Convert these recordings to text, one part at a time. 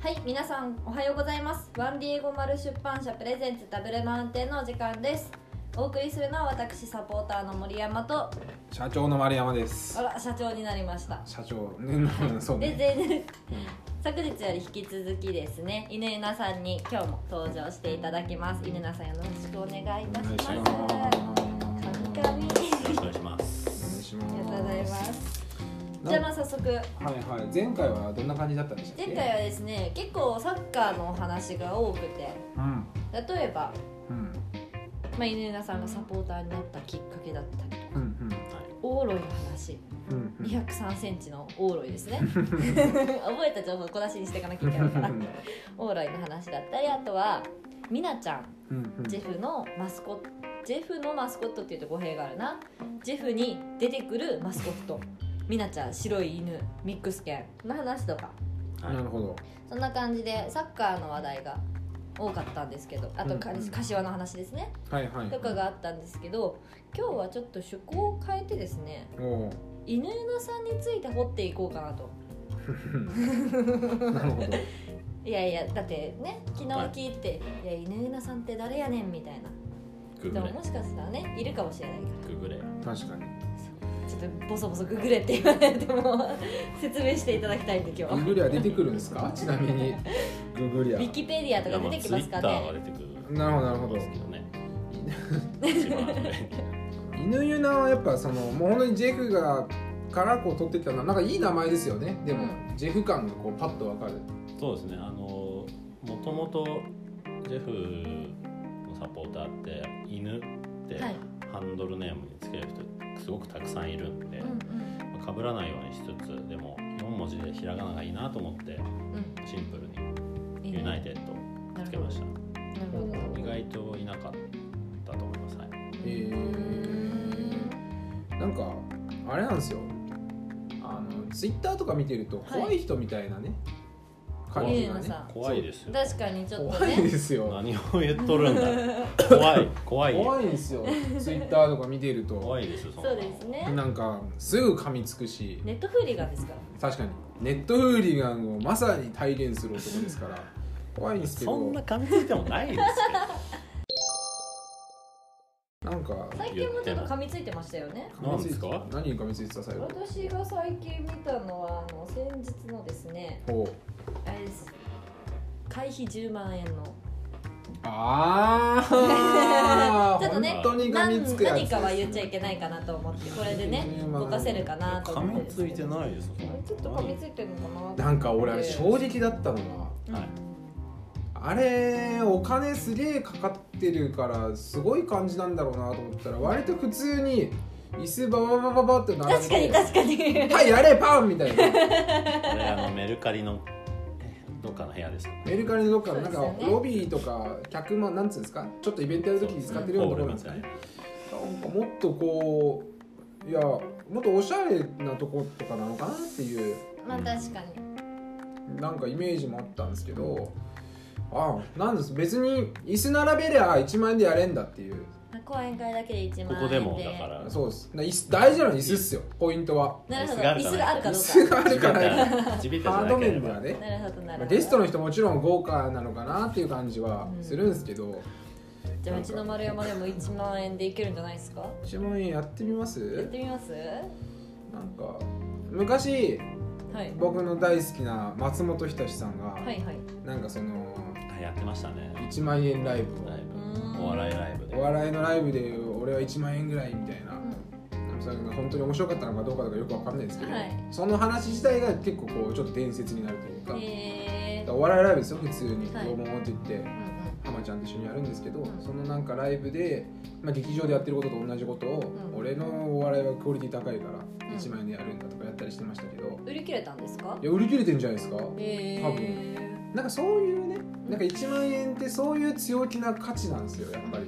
はい、皆さんおはようございます。ワンディエゴマル出版社プレゼンツダブルマウンテンのお時間です。お送りするのは私サポーターの森山と、社長の丸山ですあら社長になりました。社長ねそうでね、前うん昨日より引き続きですね、犬ゆなさんに今日も登場していただきます。犬ゆなさんよろしくお願いいたします。神々よろしくお願いします。お願いしありがまとうございます。じゃあまあ早速はいはい前回はどんな感じだったんでしたっ前け回はですね結構サッカーのお話が多くてうん例えば、うんまあ、犬さんがサポーターになったきっかけだったりとかうんオーロイの話うんうんうん2 0 3センチのオーロイ ですね覚えた情報を小出しにしていかなきゃいけないからオーロイの話だったりあとはミナちゃんうんうんジェフのマスコットジェフのマスコットっていうと語弊があるなジェフに出てくるマスコットミナちゃん白い犬ミックス犬の話とかなるほどそんな感じでサッカーの話題が多かったんですけどあとかうんうん柏の話ですねはいはいとかがあったんですけど今日はちょっと趣向を変えてですねおお犬のさんについて掘っていこうかなとーなるほどいやいやだってね昨日はい聞いて「い、や犬のさんって誰やねん」みたいなググ人れも、もしかしたらねいるかもしれないかググれ。確かにらちょっとボソボソググれって言われても説明していただきたいんで今日グーグリア出てくるんですかちなみにグーグリウアィキペディアとか出てきますかツイッターはね出てくる。なるほどなるほどですけどね。一番ね犬ユナはやっぱそのもう本当にジェフがからこう取ってきたのはなんかいい名前ですよねでも、ジェフ感がこうパッとわかるそうですね。あのもともとジェフのサポーターって犬ってはいハンドルネームにつける人すごくたくさんいるんで、うんうんまあ被らないようにしつつでも4文字でひらがながいいなと思ってうんシンプルいいにねユナイテッドをつけました。なるほどなるほ意ど外といなかったと思います。はい。へーなんかあれなんですよあのツイッターとか見てると怖い人みたいなね、感じ犬がのねさん怖いですよ。確かにちょっと怖 いでねすよ何を言っとるんだ怖い怖い怖いですよツイッターとか見てると怖いですよそんなそのうですねなんかすぐ噛みつくしネットフーリガンですから確かにネットフーリガンをまさに体現する男ですから怖いんですけそんどな噛みついてもないですなんか最近もちょっと噛みついてましたよねけどなんですか何に噛みついてた最後私が最近見たのはあの先日のですねほうあれです会費10万円のああ ちょっとね本当に噛みつくやつ何かは言っちゃいけないかなと思ってこれでね10万動かせるかなと 噛思っみてついていないですよそんなちょっと噛みついてるのかななんか俺あれ衝撃だったのはうんはいあれお金すげえかかってるからすごい感じなんだろうなと思ったら割と普通に椅子バババババって並確んかにで確かに はいやれパンみ たいなこれあのメルカリのどっかの部屋ですよねメルカリのどっかのなんかそうですよねロビーとか客間なんつうんですかちょっとイベントやる時に使ってるようなところなんですかねなんかもっとこういやもっとおしゃれなとことかなのかなっていうまあ確かになんかイメージもあったんですけどあなんです別に椅子並べりゃ1万円でやれんだっていうまあ講演会だけで1こ万円でこでもだからそうですな椅子大事なのは椅子っすよポイントはなるほど椅椅子子ががああるかるかどう椅子かがあるかない地べたじハゃーなドけ面れではばねなるほどなるほどゲストの人もちろん豪華なのかなっていう感じはするんですけど、じゃあうちの丸山でも1万円でいけるんじゃないですか1万円やってみまやっすてみますなんか昔はい僕の大好きな松本人志さんが、はいはいなんかそのあやってましたね1万円ライブをライうんブお笑いライブでお笑いのライブで俺は1万円ぐらいみたいな、うそれが本当に面白かったのかどうかとかよくわかんないですけど、はいその話自体が結構こうちょっと伝説になるというか,、んへえお笑いライブですよ普通に「はいロボン」って言ってうん浜ちゃんと一緒にやるんですけど、うんそのなんかライブで、まあ、劇場でやってることと同じことを、うん俺のお笑いはクオリティ高いかうんら1万円でやるんだとかやったりしてましたけど、うん売り切れたんですかいや売り切れてんじゃないですかへえ多なんかそういうねなんか1万円ってそういう強気な価値なんですよやっぱり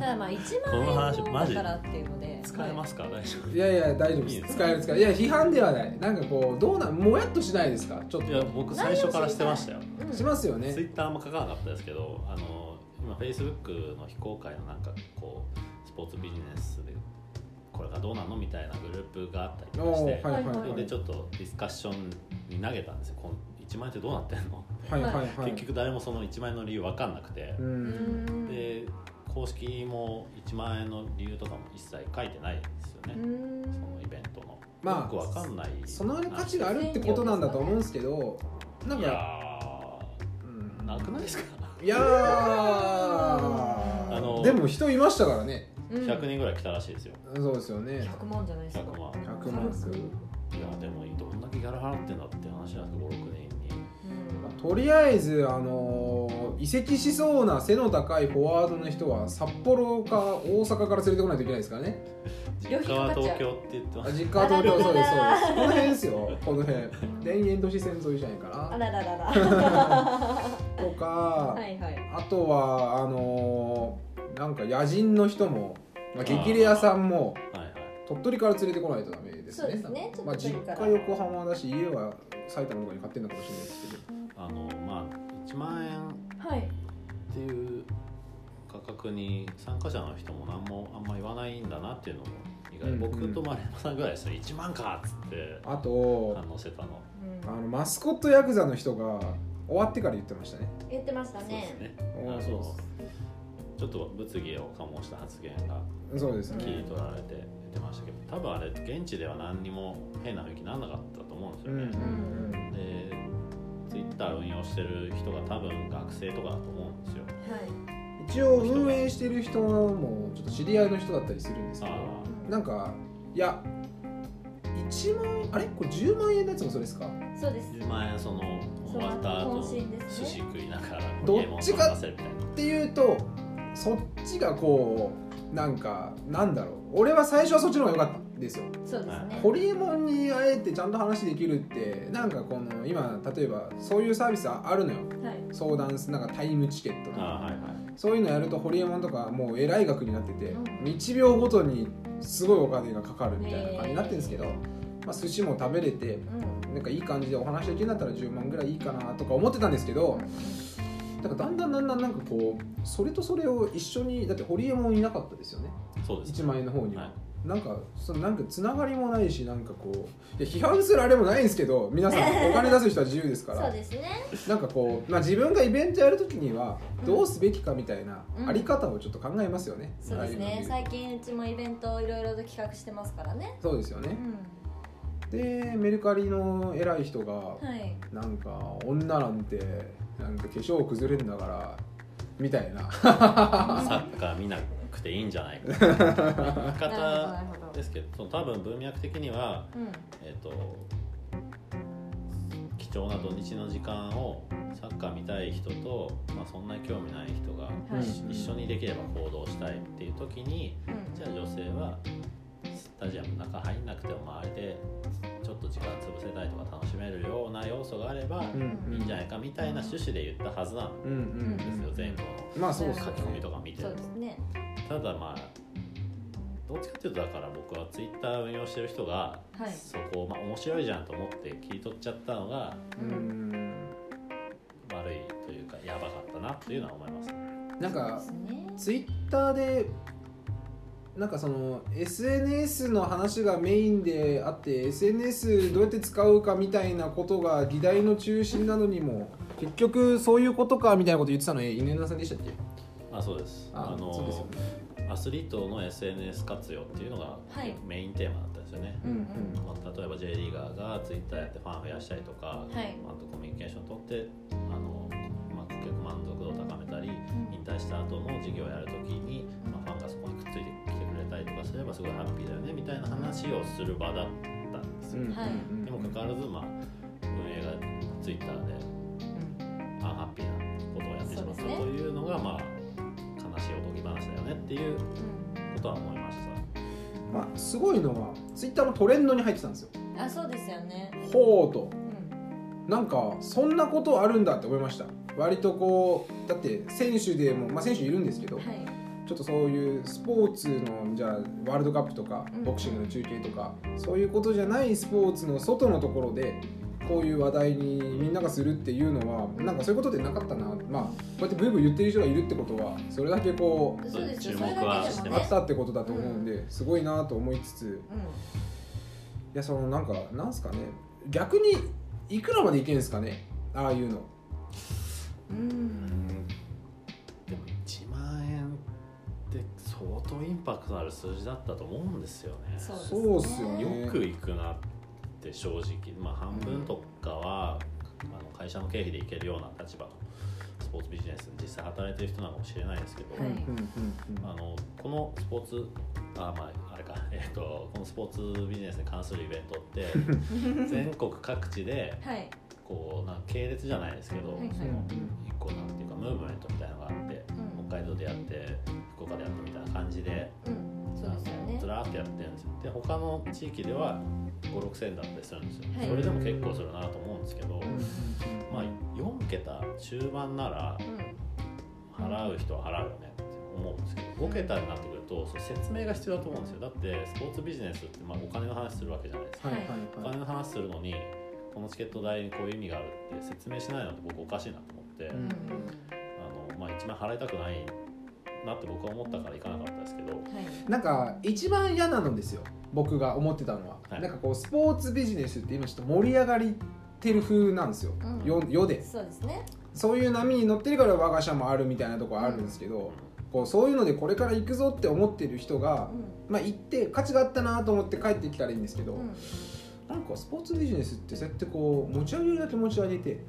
ただまあ1この万話円のマジだからっていうので使えますすか大丈いやいや大丈夫いいでですす使える使えるいや批判ではないなんかこうどうなんもやっとしないですかちょっ夫いやと僕最初からしてましたよしますよねツイッターも書かなかったですけどあの今フェイスブックの非公開のなんかこうスポーツビジネスでこれがどうなのみたいなグループがあったりとかしおーて、はいはいそはれいでちょっとディスカッションに投げたんですよこん1万円ってどうなってんの、はいはいはい結局誰もその1万円の理由分かんなくてう、うんんで公式も1万円の理由とかも一切書いてないですよね、うんそのイベントの、まあよく分かんないその価値があるってことなんだと思うんですけどなんいかやうーんなくないですかいやーあのでも人いましたからねうん100人ぐらい来たらしいですよそうですよね100万じゃないですか100万100万ですよいやでもどんだけギャラ払ってんだって話なんですけど56年にうんとりあえず、あのー移籍しそうな背の高いフォワードの人は札幌か大阪から連れてこないといけないですからね旅実費か家かはっちゃう東京って言ってまあす実家は東京そうですあそうらららですこの辺ですよこの辺田園都市線沿いじゃないあかららららはなとか、いはいあとはあのーなんか野人の人も、まあ、激レアさんもはいはい鳥取から連れてこないとダメですねそうですねちょっとまあ、実鳥取から家横浜だし家は埼玉の方に買ってんのかもしれないですけどあのまあ1万円はいっていう価格に参加者の人も何もあんま言わないんだなっていうのも意外、うん僕と丸山さんぐらいですね1万かっつってあと反応してたのうんあのマスコットヤクザの人が終わってから言ってましたね言ってましたそうですねねおあーそうちょっと物議を醸した発言がそうですうん切りね、取られて出てましたけど多分あれ現地では何にも変な雰囲気にならなかったと思うんですうよんうね、んで Twitter 運用してる人が多分学生とかだと思うんですよはい一応運営してる人もちょっと知り合いの人だったりするんですけあどなんかいや1万円あれこれ10万円のやつもそうですかそうです10万円その終わった後寿司食いながらどっちか出せるみたいなっていうとそっちがこうなんかなんだろう俺は最初はそっちの方が良かったですよそうですねホリエモンに会えてちゃんと話できるってなんかこの今例えばそういうサービスあるのよはい相談すなんかタイムチケットとあかはいはいそういうのやるとホリエモンとかもうえらい額になっててうん1秒ごとにすごいお金がかかるみたいな感じになってるんですけど、まあ、寿司も食べれてうんなんかいい感じでお話できるんだったら10万ぐらいいいかなとか思ってたんですけど、だからだんだんだんだんなんかこうそれとそれを一緒にだって堀江もいなかったですよねそうです1万円の方には、はなんかそのなんかつながりもないしなんかこういや批判するあれもないんですけど皆さん お金出す人は自由ですかそうらですねなんかこう、まあ、自分がイベントやるときにはどうすべきかみたいなうんあり方をちょっと考えますよね、そうですああいねの最近うちもイベントをいろいろと企画してますからねそうですようねんでメルカリの偉い人が、はいなんか女なんてなんか化粧崩れんだからみたいない、サッカー見なくていいんじゃない か言いな方るほどなるほどですけどその多分文脈的にはうんえっ、と貴重な土日の時間をサッカー見たい人と、まあ、そんなに興味ない人がはいうん一緒にできれば行動したいっていう時にうんじゃあ女性はスタジアムの中入んなくても周りでちょっと時間潰せたりとか楽しめるような要素があればうんいいんじゃないかみたいな趣旨で言ったはずなんうんうんでうすよん全部まあそうので書すきね込みとか見てそるうですねとただまあどっちかっていうとだから僕はツイッター運用してる人がはいそこをまあ面白いじゃんと思って切り取っちゃったのがううんん悪いというかやばかったなっていうのは思いますなんかそうですねツイッターでなんかその SNS の話がメインであって SNS どうやって使うかみたいなことが議題の中心なのにも結局そういうことかみたいなこと言ってたのえ稲田さんでしたっけあそうですあのそうですよねアスリートの SNS 活用っていうのがはいメインテーマだったんですよね、うんまあ、例えば J リーガーが Twitter やってファン増やしたりとか、はいまあ、あとコミュニケーション取ってあの、まあ、顧客満足度を高めたり引退した後の事業をやるときに、まあ、ファンがそこにくっついてきてくれたりとかすればすごいハッピーだよねみたいな話をする場だったんですうよ、んはいでもかかわらず、まあ、運営が Twitter でうんアンハッピーなことをやってしまったそうですねというのが、まあ、悲しいおとぎ話だよねっていうことは思いました。まあ、すごいのはツイッターのトレンドに入ってたんですようんあそうですよねほうとうんなんかそんなことあるんだって思いました割とこうだって選手でも、まあ、選手いるんですけど、はいちょっとそういうスポーツのじゃあワールドカップとかうんボクシングの中継とか、そういうことじゃないスポーツの外のところでこういう話題にみんながするっていうのはなんかそういうことでなかったなまあこうやってブーブー言ってる人がいるってことはそれだけこうそうですよ注そ目れだはけしでてもあまねったってことだと思うんで、すごいなと思いつつういやそのなんかなんすかね逆にいくらまでいけんすかねああいうのうんでも1万円って相当インパクトのある数字だったと思うんですよねそうですねそうっすよねよく行くなって正直まあ半分とかは、あの会社の経費で行けるような立場のスポーツビジネスに実際働いてる人なのかもしれないですけど、はいうんうんあのこのスポーツあまああれか えっ、とこのスポーツビジネスに関するイベントって 全国各地ではいこうなんか系列じゃないですけど、はいはいその一個なんていうかムーブメントみたいなのがあってうん北海道でやって福岡でやってみたいな感じでうんそうですよあのずねらーってやってるんですよで他の地域では56000だったりするんですよ、はいそれでも結構するなと思うんですけど、うんまあ4桁中盤ならうん払う人は払うよねって思うんですけど5桁になってくるとそれ説明が必要だと思うんですよだってスポーツビジネスってまあお金の話するわけじゃないですかはいはいおはい金の話するのにこのチケット代にこういう意味があるって説明しないのって僕おかしいなと思って、うんあのまあ、1万払いたくないなって僕は思ったから行かなかったで すけど、はいなんか一番嫌なのですよ僕が思ってたのは、はいなんかこうスポーツビジネスって今ちょっと盛り上がりってる風なんですよ、うんよ世でそうですねそういう波に乗ってるから我が社もあるみたいなとこあるんですけど、こうそういうのでこれから行くぞって思ってる人が、うんまあ、行って価値があったなと思って帰ってきたらいいんですけど、うんなんかスポーツビジネスってそうやってこう持ち上げるだけ持ち上げて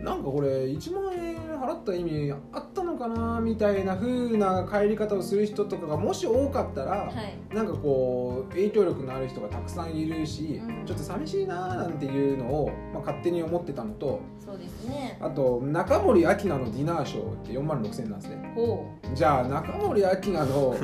なんかこれ1万円払った意味あったのかなみたいな風な帰り方をする人とかがもし多かったら、うんはいなんかこう影響力のある人がたくさんいるし、うんちょっと寂しいなーなんていうのを、まあ、勝手に思ってたのとそうですねあと中森明菜のディナーショーって4万6000円なんですねほじゃあ中森明菜の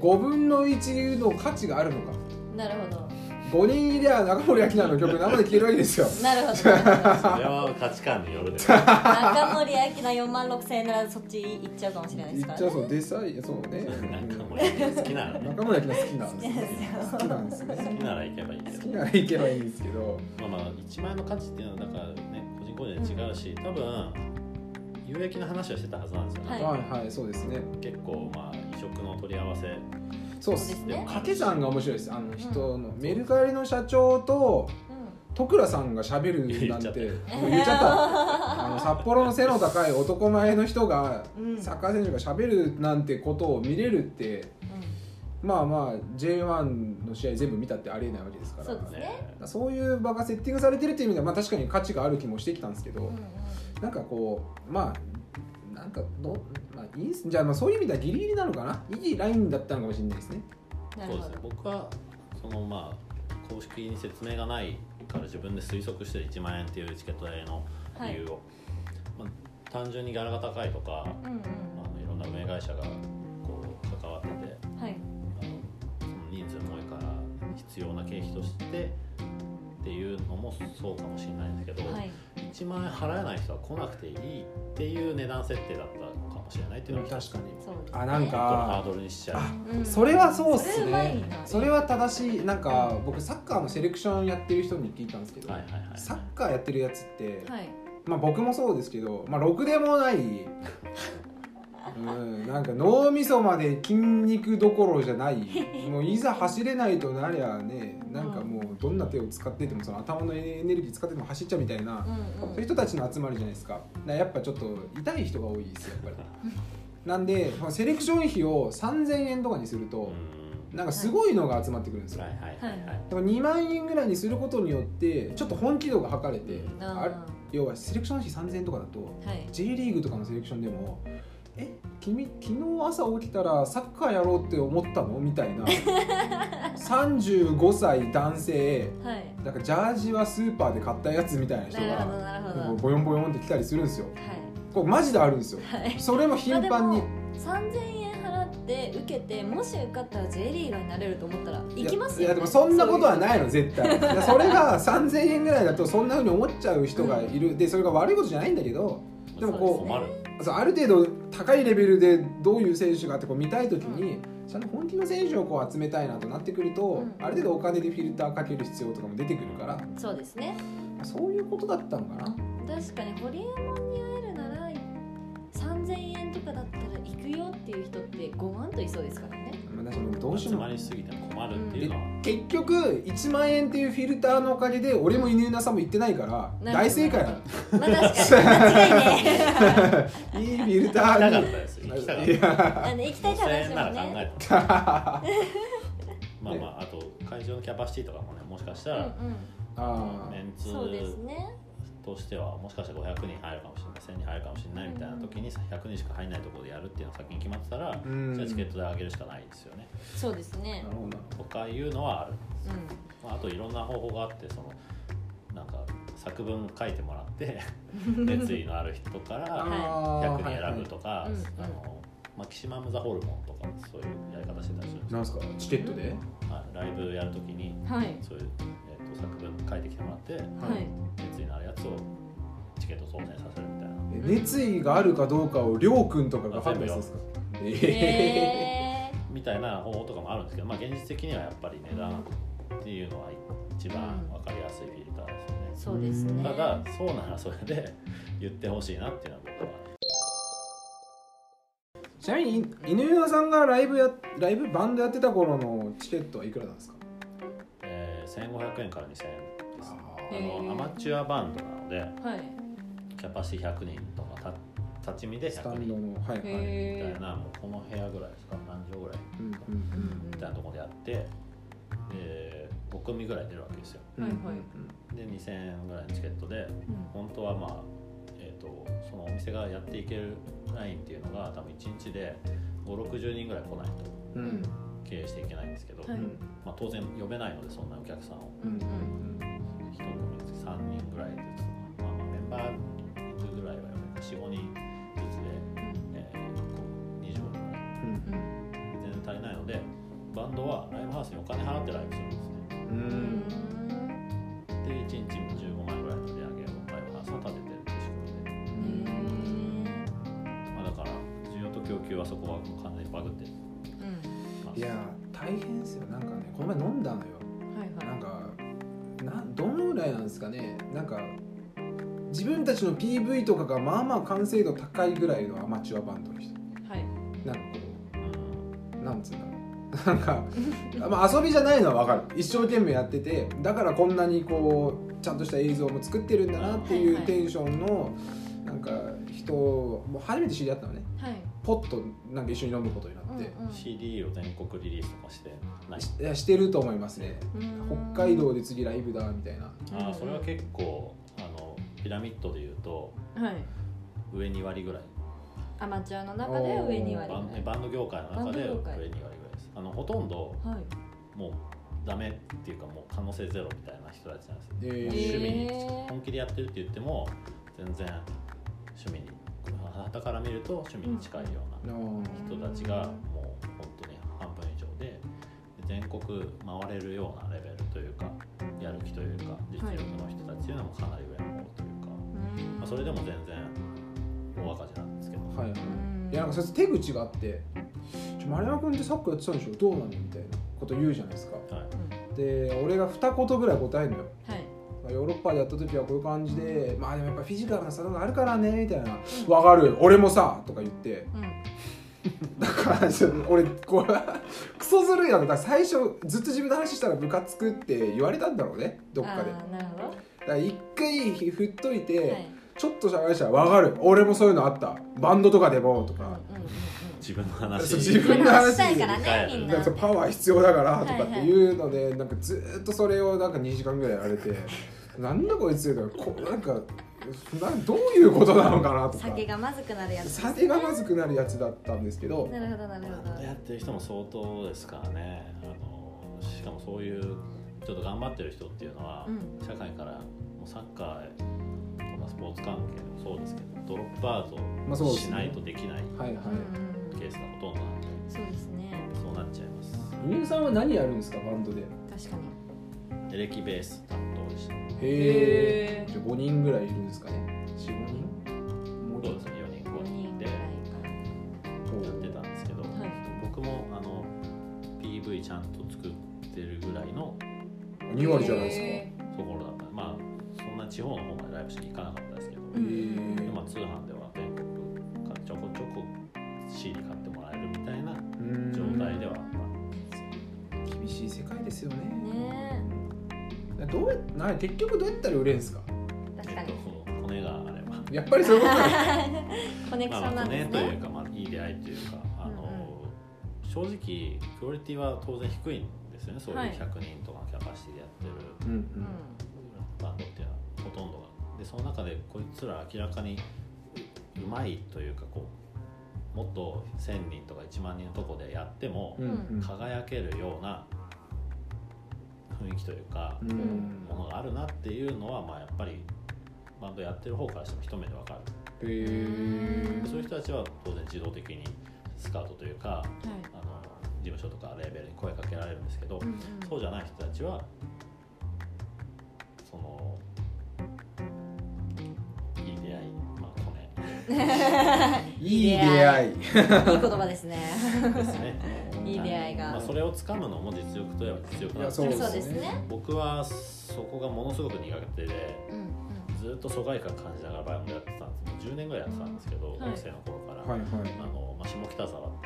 5分の1の価値があるのかうなるほど5人いりゃ中森明菜の曲生で聴けるわけですよなるほどなるほどそれは価値観による では中森明菜4万6000円ならそっち行っちゃうかもしれないです言かっらちゃねうそうデサイそうねなんかもう好きならね中森明菜好きなんで すね好好ききななんんでですすねね好きなら行けばいいけ好ど きならいけばいいんですけどまあまあ1万円の価値っていうのはだからね個人個人で違うし多分有益な話をしてたはずなんですよね、はいはいはいそうですね結構まあ異色の取り合わせそうっそうですすでねも掛け算が面白いですあの人の、メルカリの社長と徳倉さんがしゃべるなんて言うん言っちゃったあの札幌の背の高い男前の人が、うんサッカー選手がしゃべるなんてことを見れるってまあまあ J1 の試合全部見たってありえないわけですからそうですねそういう場がセッティングされてるっていう意味では、まあ、確かに価値がある気もしてきたんですけど、うんうんうなんかこうまあなんかど、まあ、いいんすじゃあまあそういう意味ではギリギリなのかないいラインだったのかもしれないですね。んなるそうほですどね僕はそのまあ公式に説明がないから自分で推測してる1万円っていうチケット代のは理い由を、まあ、単純に柄が高いとかうんあのいろんな運営会社がこう関わっててうんはいあのその人数も多いから必要な経費としてっていうのもそうかもしれないんですけど、はい1万円払えない人は来なくていいっていう値段設定だったのかもしれないっていうのは確かにそうですねあなんこのハーかドルにしちゃうあうんそれはそうっそれすうまいねなそれは正しいなんか僕サッカーのセレクションやってる人に聞いたんですけど、はいはいはいサッカーやってるやつって、はいまあ僕もそうですけど、まあ、ろくでもないうんなんか脳みそまで筋肉どころじゃないもういざ走れないとなりゃねなんかもうどんな手を使っててもその頭のエネルギー使ってても走っちゃうみたいな、うんそうういうん人たちの集まりじゃないですかだからやっぱちょっと痛い人が多いですよやっぱりなんでまあセレクション費を3000円とかにするうとんなんかすごいのが集まってくるんですよ、はいはいはいはいだから2万円ぐらいにすることによってちょっと本気度が測れて、うんああ要はセレクション費3000円とかだと、ーはい J リーグとかのセレクションでも「え君昨日朝起きたらサッカーやろうって思ったの?」みた いな35歳男性はいなんかジャージはスーパーで買ったやつみたいな人なるほどがなるほなんかどボヨンボヨンって来たりするんですよはこれマジであるんですよいはいそれも頻繁にまあでも3000円払って受けてもし受かったら J リーガーになれると思ったら行きますよ、ね、いやいやでもそんなことはいないの絶対いやそれが3000円ぐらいだとそんなふうに思っちゃう人がいるでそれが悪いことじゃないんだけどでもこう困るそうある程度高いレベルでどういう選手があってこう見たい時に、ちゃんと本気の選手をこう集めたいなとなってくると、うんある程度お金でフィルターかける必要とかも出てくるからそうですねそういうことだったのかな確かにホリエモンに会えるなら3000円とかだったら行くよっていう人って5万といそうですからね私もどうし集ようまもりすぎても困るっていうのは結局1万円っていうフィルターのおかげで俺も犬なさんも行ってないからなるほど大正解だまあ 確かに間違いねいいフィルター行きたかっにたです行きたかっいや あの行きたたい話5000で円すなもらん考ねえたまあまああと会場のキャパシティとかもねもしかしたうんうらんあメンツそうですねとしてはもしかしたら500人入るかもしれない1000人入るかもしれないみたいな時に100人しか入らないところでやるっていうのが先に決まってたらーうんじなゃあるチケットであげるしかないですよねそうですねほどなとかいうのはある、うんまあ、あといろんな方法があってそのなんか作文書いてもらって 熱意のある人からあー100人選ぶとか、はいはいうんあのマキシマム・ザ・ホルモンとかそういうやり方してたりするんですなよんすかチケットではいライブやるときにはいそういう、えっと作文書いてきてもらってはい熱意のあるやつをチケット当選させるみたいなえ熱意があるかどうかをりょうくんとかが判断するんですかえへーみたいな方法とかもあるんですけど、まあ、現実的にはやっぱり値段っていうのは一番分かりやすいフィルターですそよね。うですねただそうならそれで 言ってほしいなっていうのは僕はーちなみに犬山さんがライブやライブバンドやってた頃のチケットはいくらなんですかえー1500円から2000円ですへあーのアマチュアバンドなのではいキャパシティ100人とかた立ち見でスタ100ンド人のはいはい、みへたえいなもうこの部屋ぐらいですか何畳ぐらいうんうんうんみたいなところでやってで5組ぐらい出るわけですようんはいはいで2000円ぐらいのチケットで本当はまあえっ、とそのお店がやっていけるラインっていうのが多分1日で560人ぐらい来ないとうんうん経営していけないんですけど、はいまあ、当然呼べないのでそんなお客さんをうんうん1組につき3人ぐらいずつ、まあ、まあメンバー人数ぐらいは呼べて45人ずつで、えー、こう25人ぐらいうんうん全然足りないのでバンドはライブハウスにお金払ってライブするんですねううんんで1日も15万円ぐらいの値上げをライブハウスは立ててるっていう仕組みで、うんへまあ、だから需要と供給はそこはもう完全にバグってーうんますいやー大変ですよなんかねこの前飲んだのよはいはいなんかなんどのぐらいなんですかねなんか自分たちの PV とかがまあまあ完成度高いぐらいのアマチュアバンドの人はいなんかこうんうなんつうんだろうな んか、まあ、遊びじゃないのは分かる一生懸命やっててだからこんなにこうちゃんとした映像も作ってるんだなってはいういはいテンションのなんか人をもう初めて知り合ったのねはいポッとなんか一緒に飲むことになうっんて、 CD を全国リリースとかしてないしいやしてると思いますねうん北海道で次ライブだみたいなあーそれは結構あのピラミッドでいうとはい上2割ぐらいアマチュアの中で上に割バりンえバンド業界の中でバ上ンド業2割界ぐらいですあのほとんどはいもうダメっていうかもう可能性ゼロみたいな人たちなんですよ、えもうー趣味にへー本気でやってるって言っても全然趣味にはたから見ると趣味に近いようなの人たちがもう本当に半分以上でで全国回れるようなレベルというかやる気というか実力の人たちというのもかなり上の方というか、うんまあ、それでも全然大赤字なんですけどはいはうんいいやなんかそいつ手口があってちょ丸山君ってサッカーやってたんでしょどうなのみたいなこと言うじゃないですかはいで俺が二言ぐらい答えるのよはいまあヨーロッパでやった時はこういう感じでまあでもやっぱフィジカルな差があるからねみたいな「わかる俺もさ」とか言ってうんだから ちょっと俺これはクソずるいなとだから最初ずっと自分の話したら部活作って言われたんだろうねどっかであーなるほどだから一回振っといて、はいちょっとしゃべりしたら分かる俺もそういうのあったバンドとかでもとかうんうんうん自分の話そう自分うんの話話したいからねみんだなからパワー必要だからとかっていうので、なんかずーっとそれをなんか2時間ぐらいや られてなんだこいつとかこうなんかなどういうことなのかなとか酒がまずくなるやつ酒がまずくなるやつだったんですけどなるほどなるほどやってる人も相当ですからねあのしかもそういうちょっと頑張ってる人っていうのは、うん社会からもうサッカーとかスポーツ関係もそうですけどドロップアまウあそうトですしねないとできないはいはうんうんうんケースがほとんどなんでそうですねそうなっちゃいますい犬さんは何やるんですかバンドでへ確かにエレキベース担当でしたへーじゃあ5人ぐらいいるんですかね45人もうちょそうっですね4人5 5人人でぐやらいかとってたんですけど、はい僕もあの PV ちゃんと作ってるぐらいの2割じゃないですかへところだったまあそんな地方の方までライブしに行かなかったですけど、ーうんうん今通販では全国からちょこちょこ CD 買ってもらえるみたいなうん状態ではあった厳しい世界ですですよねねどうやな結局どうやったら売れんすかえ確かに骨があればやっぱりそういうことだ コネクシまョあンなんですというねか、まあ、いい出会いというかあの、正直クオリティは当然低いんですよねそういうはい100人とかのキャパシティでやってうるんううんんバンドっていうのはほとんどがでその中でこいつら明らかにううまいというかこうもっと1,000人とか1万人のとこでやってもうんうん輝けるような雰囲気というかうんものがあるなっていうのはまあやっぱりバンドやってる方からしても一目でわかるへえそういう人たちは当然自動的にスカウトというかはいあの事務所とかレーベルに声かけられるんですけど、うんうんそうじゃない人たちはそのいい出会いまあコネいい出会いいい言葉ですねです ねいい出会いがまあ、それをつかむのも実力といえば実力なんですそけうどいやそうですね僕はそこがものすごく苦手でうんずっと疎外感感じながらバンドやってたんですもう10年ぐらいやってたんですけど、い学生の頃から、はいはいあのまあ、下北沢とか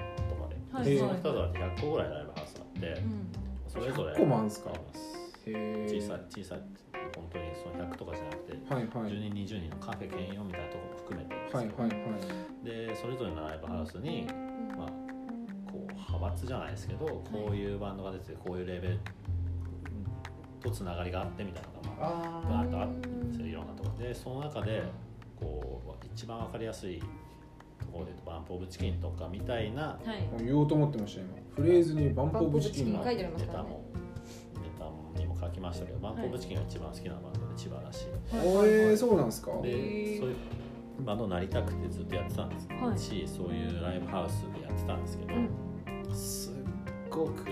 で、はい下北沢って100個ぐらいライブハウスあって、うんそれぞれ100個もあるんすかありますへえ小さい小さい本当にその100とかじゃなくて、はいはい10人20人のカフェ兼用みたいなところも含めてですよはいはいはいでそれぞれのライブハウスに、まあ、こう派閥じゃないですけどこういうバンドが出てこういうレベルとつながりがあってみたいなのが、まああ、ーバーッとあるんですよいろんなところでその中でこう一番わかりやすいところで言うとバンプ・オブ・チキンとかみたいなはい言おうと思ってました今フレーズにバンプオブチキンバンプオブチキン書いてがありますネからタねもネタにも書きましたけどバンプ・オブ・チキンが一番好きなバンドで千葉らしいおえーそうなんすかでへーそういうバンドになりたくてずっとやってたんです、はいしそういうライブハウスでやってたんですけど、うんすっごく、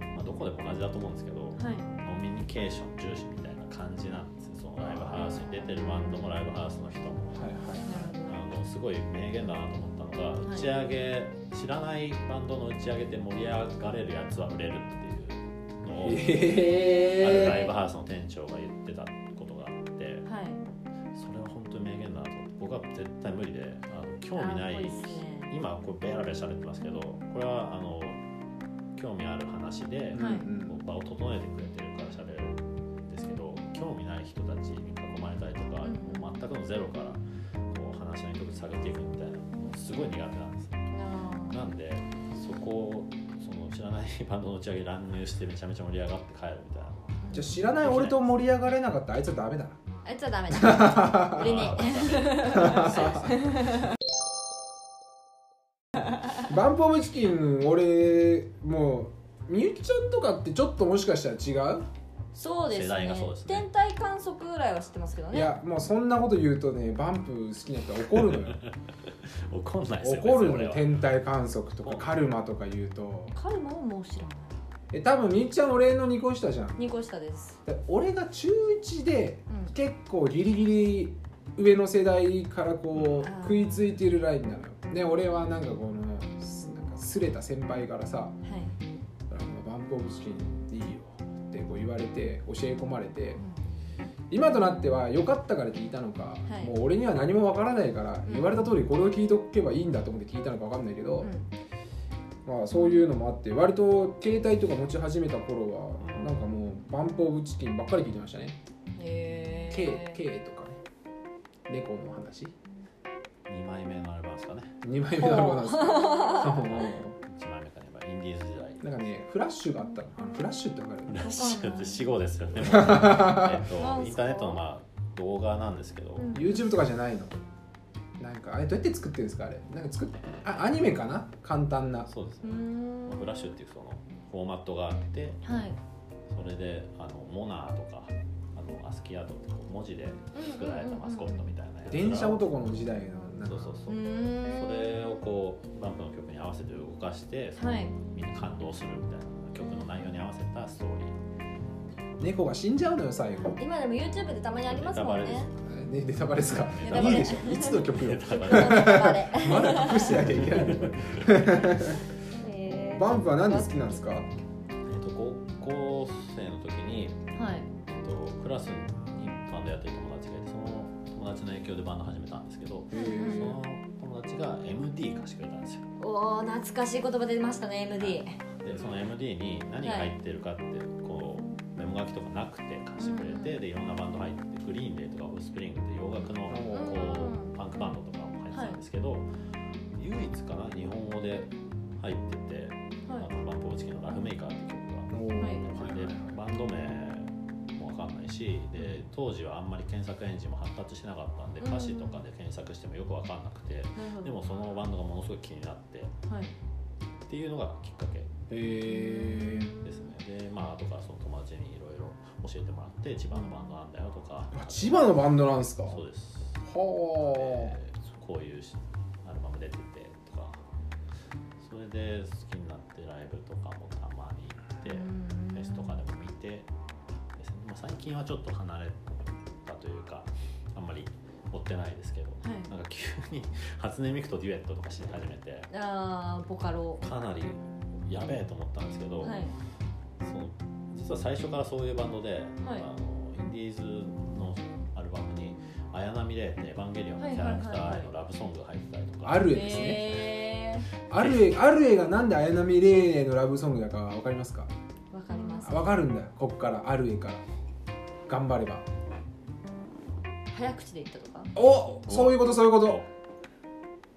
まあ、どこでも同じだと思うんですけど、はいコミュニケーション重視みたいな感じなんですよそのライブハウスに出てるバンドもライブハウスの人もはいはいあのすごい名言だなと思ったのが、はい打ち上げ知らないバンドの打ち上げで盛り上がれるやつは売れるっていうのを、あるライえブハウスの店長が言ってたことがあって。はいそれは本当に名言だなと僕は絶対無理であの興味なあーいそうですね今こうベラベラ喋ってますけどこれはあの興味ある話でー、はいこう場を整えてくれてるから喋れるんですけど興味ない人たちに囲まれたりとか、うんもう全くのゼロからこう話の一つ下げていくみたいなのがすごい苦手なんですあなんでそこをその知らないバンドの打ち上げ乱入してめちゃめちゃ盛り上がって帰るみたいなじゃあ知らない俺と盛り上がれなかったらあいつはダメだなーあいつはダメだ 売れねバンプオブチキン俺もうみゆきちゃんとかってちょっともしかしたら違う、そうですね世代がそうですね天体観測ぐらいは知ってますけどいねやもうそんなこと言うとねバンプ好きな人は怒る のよ怒んないですよ怒る別にの俺よは天体観測とかカルマとか言うとカルマももう知らないえ多分みゆきちゃん俺の2個下じゃん2個下ですで俺が中1でうん結構ギリギリ上の世代からあこうー食いついてるラインなのよで俺はなんかこのなんかすれた先輩からさはい「あのバンプ・オブ・チキンでいいよ」ってこう言われて教え込まれて今となっては良かったから聞いたのか、はいもう俺には何もわからないから、うん言われた通りこれを聞いとけばいいんだと思って聞いたのかわかんないけど、まあ、そういうのもあって割と携帯とか持ち始めた頃はなんかもうバンプ・オブ・チキンばっかり聞いてましたねへえ「K」K とかね猫の話2枚目のアルバムですかね2枚目のアルバムなんですけど1枚目かね、まあ、インディーズ時 代なんかねフラッシュがあったのあのフラッシュってわかるフラッシわかんュっないて死後で すよねえっなんとすかインターネットのまあ動画なんですけど、うん YouTube とかじゃないのなんかあれどうやって作ってるんですかあれなんか作っあアニメかな簡単なそうですうーね、んまあフラッシュっていうそのフォーマットがあってはいそれであのモナーとかあのアスキーアートってこう文字で作られたマスコットみたいなやつらを電車男の時代のなんそかうそうそうう、ーんそれをこうバンプの曲に合わせて動かして、はいみんな感動するみたいな曲の内容に合わせたストーリ ー猫が死んじゃうのよ最後今でも YouTube でたまにありますもんネタねバねネタバレですかネタバいレいでしょいつの曲 よネタバレネタバレまだ隠してなきゃいけないのへーバンプは何で好きなんですかえっと高校生の時にはいえっとクラスにバンドやってる友達がいてその友達の影響でバンド始めたんですけどへそーの友達が MD 貸してくれたんですよおお懐かしい言葉出ましたね MD でその MD に何が入ってるかってこうメモ書きとかなくて貸してくれて、うんでいろんなバンド入ってグリーンデーとかオフスプリングって洋楽のこうんうパンクバンドとかも入ってたんですけど、唯一かな日本語で入ってて、あはのバンポーチキの「ラフメーカー」って曲がおーはいでバンド名もわかんないしで当時はあんまり検索エンジンも発達しなかったんでうん歌詞とかで検索してもよくわかんなくていなるほどでもそのバンドがものすごい気になってっはいていうのがきっかけへえですねでまあ後からその友達にいろいろ教えてもらって千葉のバンドなんだよとかあ千葉のバンドなんですかそうです、はえーこういうアルバム出ててとかそれで好きになってライブとかもたまに行って。フェスとかでも見てですね、まあ、最近はちょっと離れたというかあんまり追ってないですけど、いなんか急に 初音ミクとデュエットとかし始めてああボカロかなりやべえと思ったんですけど、はいその実は最初からそういうバンドで、はいあのインディーズのアルバムに「綾波レイ」って「エヴァンゲリオン」のキャラクターへのラブソングが入ってたりとか、ある絵ですね、えある絵ある絵がなんで綾波レイのラブソングだかわかりますかー、わかりますあわかるんだよこっからある絵から頑張れば早口で言ったとかおそういうことそういうこと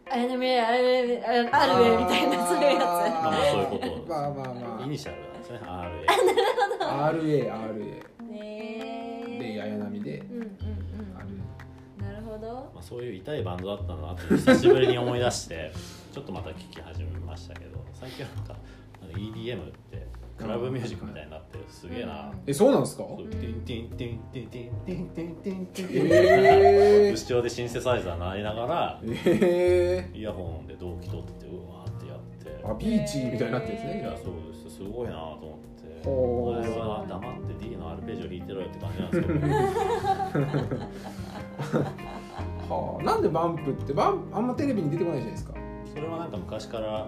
あやなみあれあれあるねみたいなそういうまあまやあそういうことですまあまあまイニシャルなんですね RA あ RARA つねえで綾波でうんうんあるうんなるほどまあ、そういう痛いバンドだったなって久しぶりに思い出してちょっとまた聴き始めましたけど最近はなんかあの EDM ってクラブミュージックみたいになってるすげえな、うんえそうなんですかそうティンティンティンティンティンティンティンティンティンティンえー 後ろでシンセサイザー鳴りながらえイヤホンで同期取ってうわーってやってー、あビーチみたいになってるんですいやねそうですすごいなと思っておほ前ーは黙って D のアルペジオ弾いてろよって感じなんですけどはあなんでバンプってバンあんまテレビに出てこないじゃないですかそれはなんか昔からの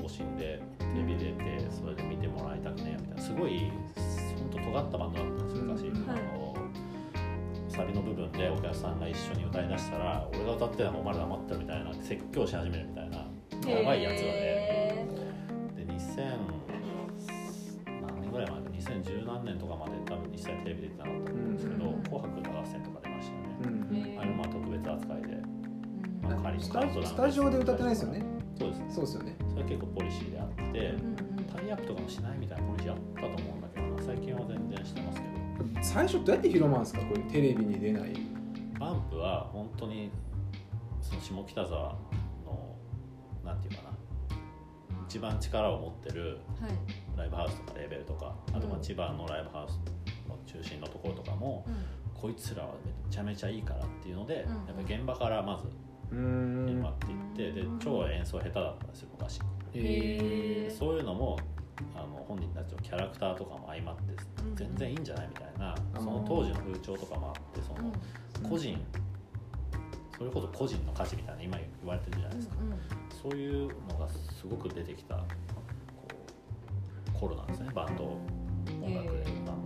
方針でテレビ出てそれで見てもらいたくねえみたいなすごい本当尖ったバンドだったんですよ昔、はいあのサビの部分でお客さんが一緒に歌いだしたら俺が歌ってたらもうお前ら黙ってるみたいな説教し始めるみたいなやばいやつだねへで2000何年ぐらいまで2010何年とかまで多分一切テレビ出てなかったうんですけんど「紅白歌合戦」とか出ましたよねう、んーあれもまあ特別扱いでうんまあ仮にスタスタジオで歌ってないですよねそうですねそうですよねそれは結構ポリシーであっうてんうんタイアップとかもしないみたいなポリシーあったと思うんだけどな最近は全然してますけど最初どうやって広まるんですかこういうテレビに出ないバンプは本当にその下北沢のなんていうかな一番力を持ってるはいライブハウスとかレーベルとかあとまあうん千葉のライブハウスの中心のところとかも、こいつらはめちゃめちゃいいからっていうので、うんやっぱ現場からまずうー現場っんて言って、で超演奏下手だったんですよ昔へーそういうのもあの本人たちのキャラクターとかも相まってうん全然いいんじゃないみたいな、うんその当時の風潮とかもあってその個人、それこそ個人の価値みたいな今言われてるじゃないですか、そういうのがすごく出てきたこう頃なんですねバンド音楽で、へーあの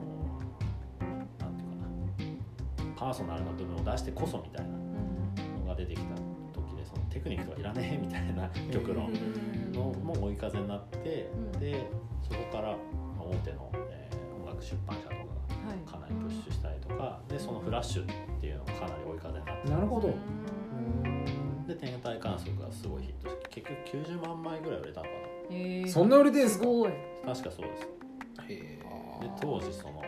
なんていうかなパーソナルな部分を出してこそみたいなのが出てきた時でそのテクニックとかいらねえみたいな曲ののも追い風になって、うんでそこからまあ大手の、えー音楽出版社とかがかなりプッシュしたりとかでそのフラッシュっていうのがかなり追い風になってなるほどうで天体観測がすごいヒットして結局90万枚ぐらい売れたのかーんそそんんな売れてんすかごいな確かそうですへでー当時その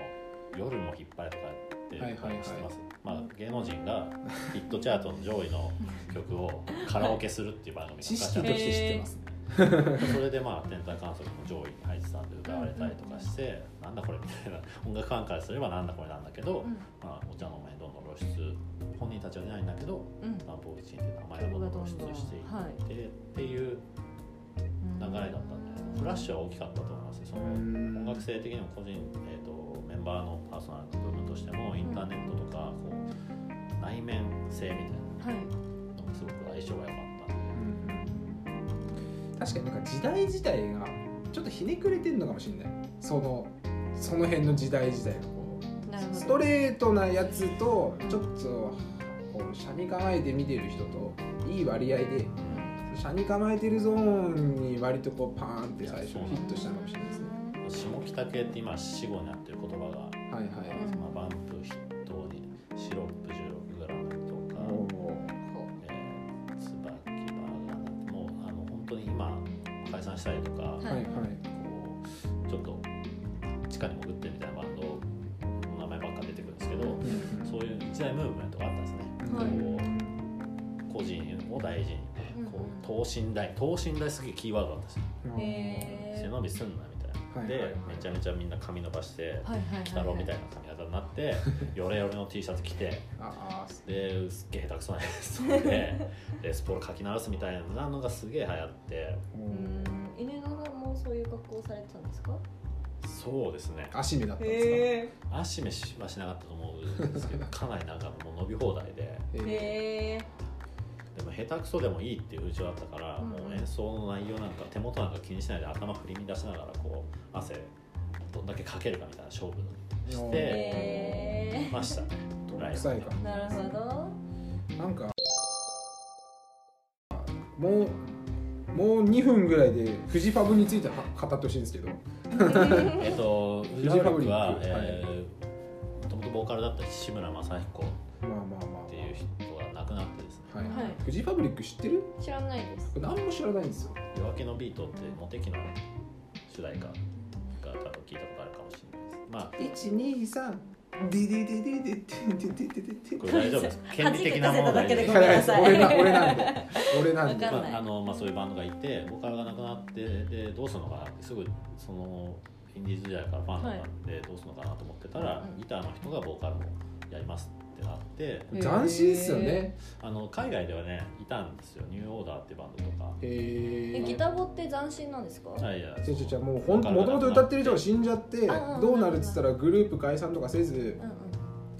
夜も引っ張れとかってはいはいはい知ってます、まあ、芸能人がヒットチャートの上位の曲をカラオケするっていう番組が知識とへしーて知ってます それでまあ天体観測も上位に入ってたんで歌われたりとかして、なんだこれみたいな音楽ファンからすればなんだこれなんだけど、まあ、お茶の間にどんどん露出本人たちは出ないんだけどうん南方一っていう名前がどんどん露出していって、はいっていう流れだったんでフラッシュは大きかったと思いますねその音楽性的にも個人、えー、とメンバーのパーソナルの部分としてもインターネットとかこう内面性みたいはいなのがすごく相性が良かったんでうん確かになんか時代自体がちょっとひねくれてるのかもしれないそのその辺の時代自体がこなるほうどストレートなやつとちょっとこうしゃみ構えて見てる人といい割合で車に構えてるゾーンに割とこうパーンって最初ヒいやそうットしたのかもしれないですね下北系って今死後になってる言葉が、はいはうんまあ、バンプ筆頭にシロップ 16g とかい、おーえー、椿バーガーなんてもうあの本当に今解散したりとか、はいはいこうちょっと地下に潜ってみたいなバンドの名前ばっか出てくるんですけどそういう一大ムーブメントがあったんですね。はいこう個人を大事にこう等身大等身大すげえキーワードなんですようん背へ伸びすんなみたいな、はいで、はいはいめちゃめちゃみんな髪伸ばしてはいはいはい鬼太郎みたいな髪型になってヨレヨレの T シャツ着てああで、すっげえ下手くそなやつとかでレスポール書き鳴らすみたいなのがすげえ流行ってうん犬川さんもそういう格好をされてたんですかそうですね足目だったんですかへ足めしはしなかったと思うんですけどかなりなんかもう伸び放題でえへえでも下手くそでもいいっていう風潮だったから、うんもう演奏の内容なんか手元なんか気にしないで頭振り乱しながらこう汗どんだけかけるかみたいな勝負しへてえ ましたね泥臭いかなるほどなんかもうもう2分ぐらいでフジファブについては語ってほしいんですけどえっと、フジジフファァブブリッリッククははい、えー、もともとボーカルだった志村正彦っまあまあまていう人が亡くなってですねあはい、はいフジファブリック知ってる知らないです僕何も知らないんですよ「夜明けのビート」ってモテキの主題歌が多分聞いたことあるかもしれないですまあ123ディディディディディディディディディこれ大丈夫です権利的なもの弾大け丈て夫くでれすただけでごめんなさい俺な俺なんで俺なんでわかんないまああのまあ、そういうバンドがいてボーカルが亡くなってでどうするのかなってすぐそのインディーズ時代からファンだったんで、どうするのかなと思ってたら、うんギターの人がボーカルもやりますってなって 斬新っすよねあの海外ではねいたんですよニューオーダーってバンドとか。へええギタボって斬新なんですかはいいやじゃじゃじゃもうほんもともと歌ってる人が死んじゃってああどうなるっつったらグループ解散とかせずうんうん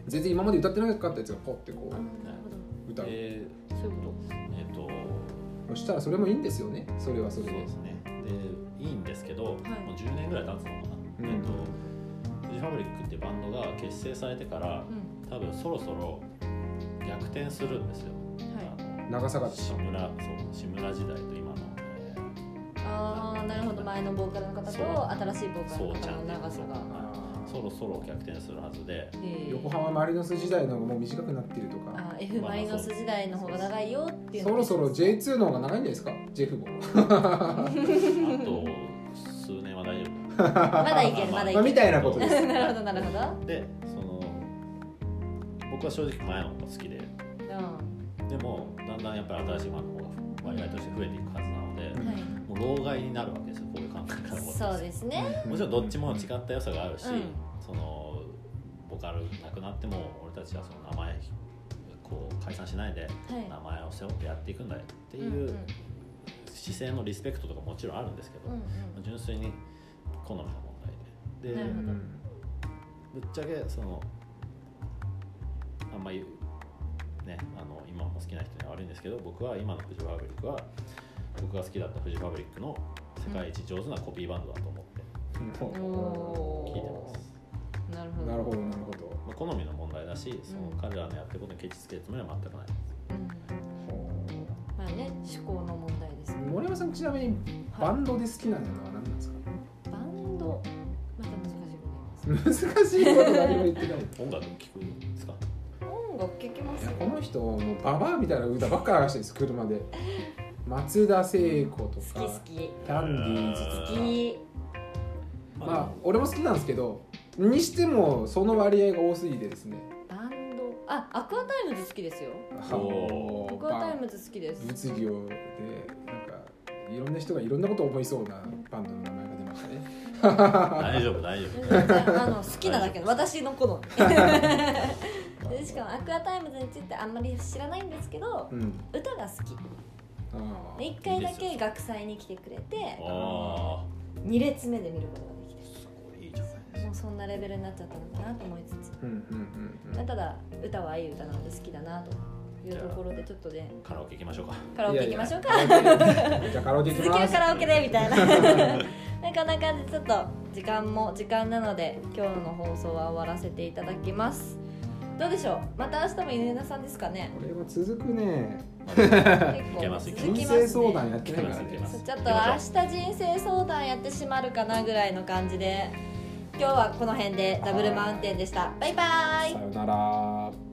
全然今まで歌ってなかったやつがポッてこあうなるほど歌うえそういうこーえっとそしたらそれもいいんですよねそれはそそうれでですねでいいんですけど、もう10年ぐらい経つのかな、うんえっとフジファブリックってバンドが結成されてからとうん多分そろそろ逆転するんですよ、はいあ長さがの志村そう志村時代と今の、えああなるほど前のボーカルの方と新しいボーカルの方の長さがーそろそろ逆転するはずでへー横浜マリノス時代の方がもう短くなってるとかあ F マイナス時代の方が長いよっていうそのろそろ J2 の方が長いんじゃないですかジェフもあと数年は大丈夫まだいけるまだいけまるあみたいなことで すなるほどなるほどでその僕は正直前の方が好きでうんでもだんだんやっぱり新しいファンの方が割合として増えていくはずなので、うんはいもう老害になるわけですよこういう考え方はそうですねもちろんどっちも違った良さがあるし、うんそのボカルなくなっても俺たちはその名前こう解散しないで名は前を背負ってやっていくんだよっていいんんう姿勢のリスペクトとかもちろんあるんですけど、うんうん純粋に好みの問題ででなるほどぶっちゃけそのあんまりねあの今も好きな人には悪いんですけど僕は今のフジファブリックは僕が好きだったフジファブリックの世界一上手なコピーバンドだと思ってお聞いてます、ーなるほどなるほどなるほどまあ、好みの問題だしその彼らのやってることにケチつけるつもりは全くないうんまあね思考の問題ですね森山さんちなみにバンドで好きなのは何なんですかバンドまた難しいこと言います難しいこと何も 言ってない音楽聴くんですか音楽聴きますいやこの人もうババアみたいな歌ばっか流してるんです車で松田聖子好とかき好きキャンディーズ好きとかまあ俺も好きなんですけどにしてもその割合が多すぎてですねバンドあアクアタイムズ好きですよおアはクアタイまあムズ好きです物業でなんかいろんな人がいろんなことを思いそうなバンドの名前が出ましたね大丈夫大 丈夫全然あの好きな だけの私の好 みでしかもアクアタイムズについてあんまり知らないんですけどうん歌が好きあでー1回だいいですけ学祭に来てくれてああ2列目で見ることができてすごいいいじゃないですかもうそんなレベルになっちゃったのかなと思いつつうんうんうんうまあんただ歌はいい歌なので好きだなというところでちょっとねカラオケ行きましょうかカラオケ行きましょうかいやいやじゃあカラオケ行続ききまはすカラオケでみたいななんかなかでちょっと時間も時間なので今日の放送は終わらせていただきますどうでしょうまた明日も犬田さんですかねこれは続くね 結いけますいけ続まき人ます生ね相談やってないからいけねますそうちょっと明日人生相談やってしまるかなぐらいの感じで今日はこの辺でダブルマウンテンでしたバイバイさよなら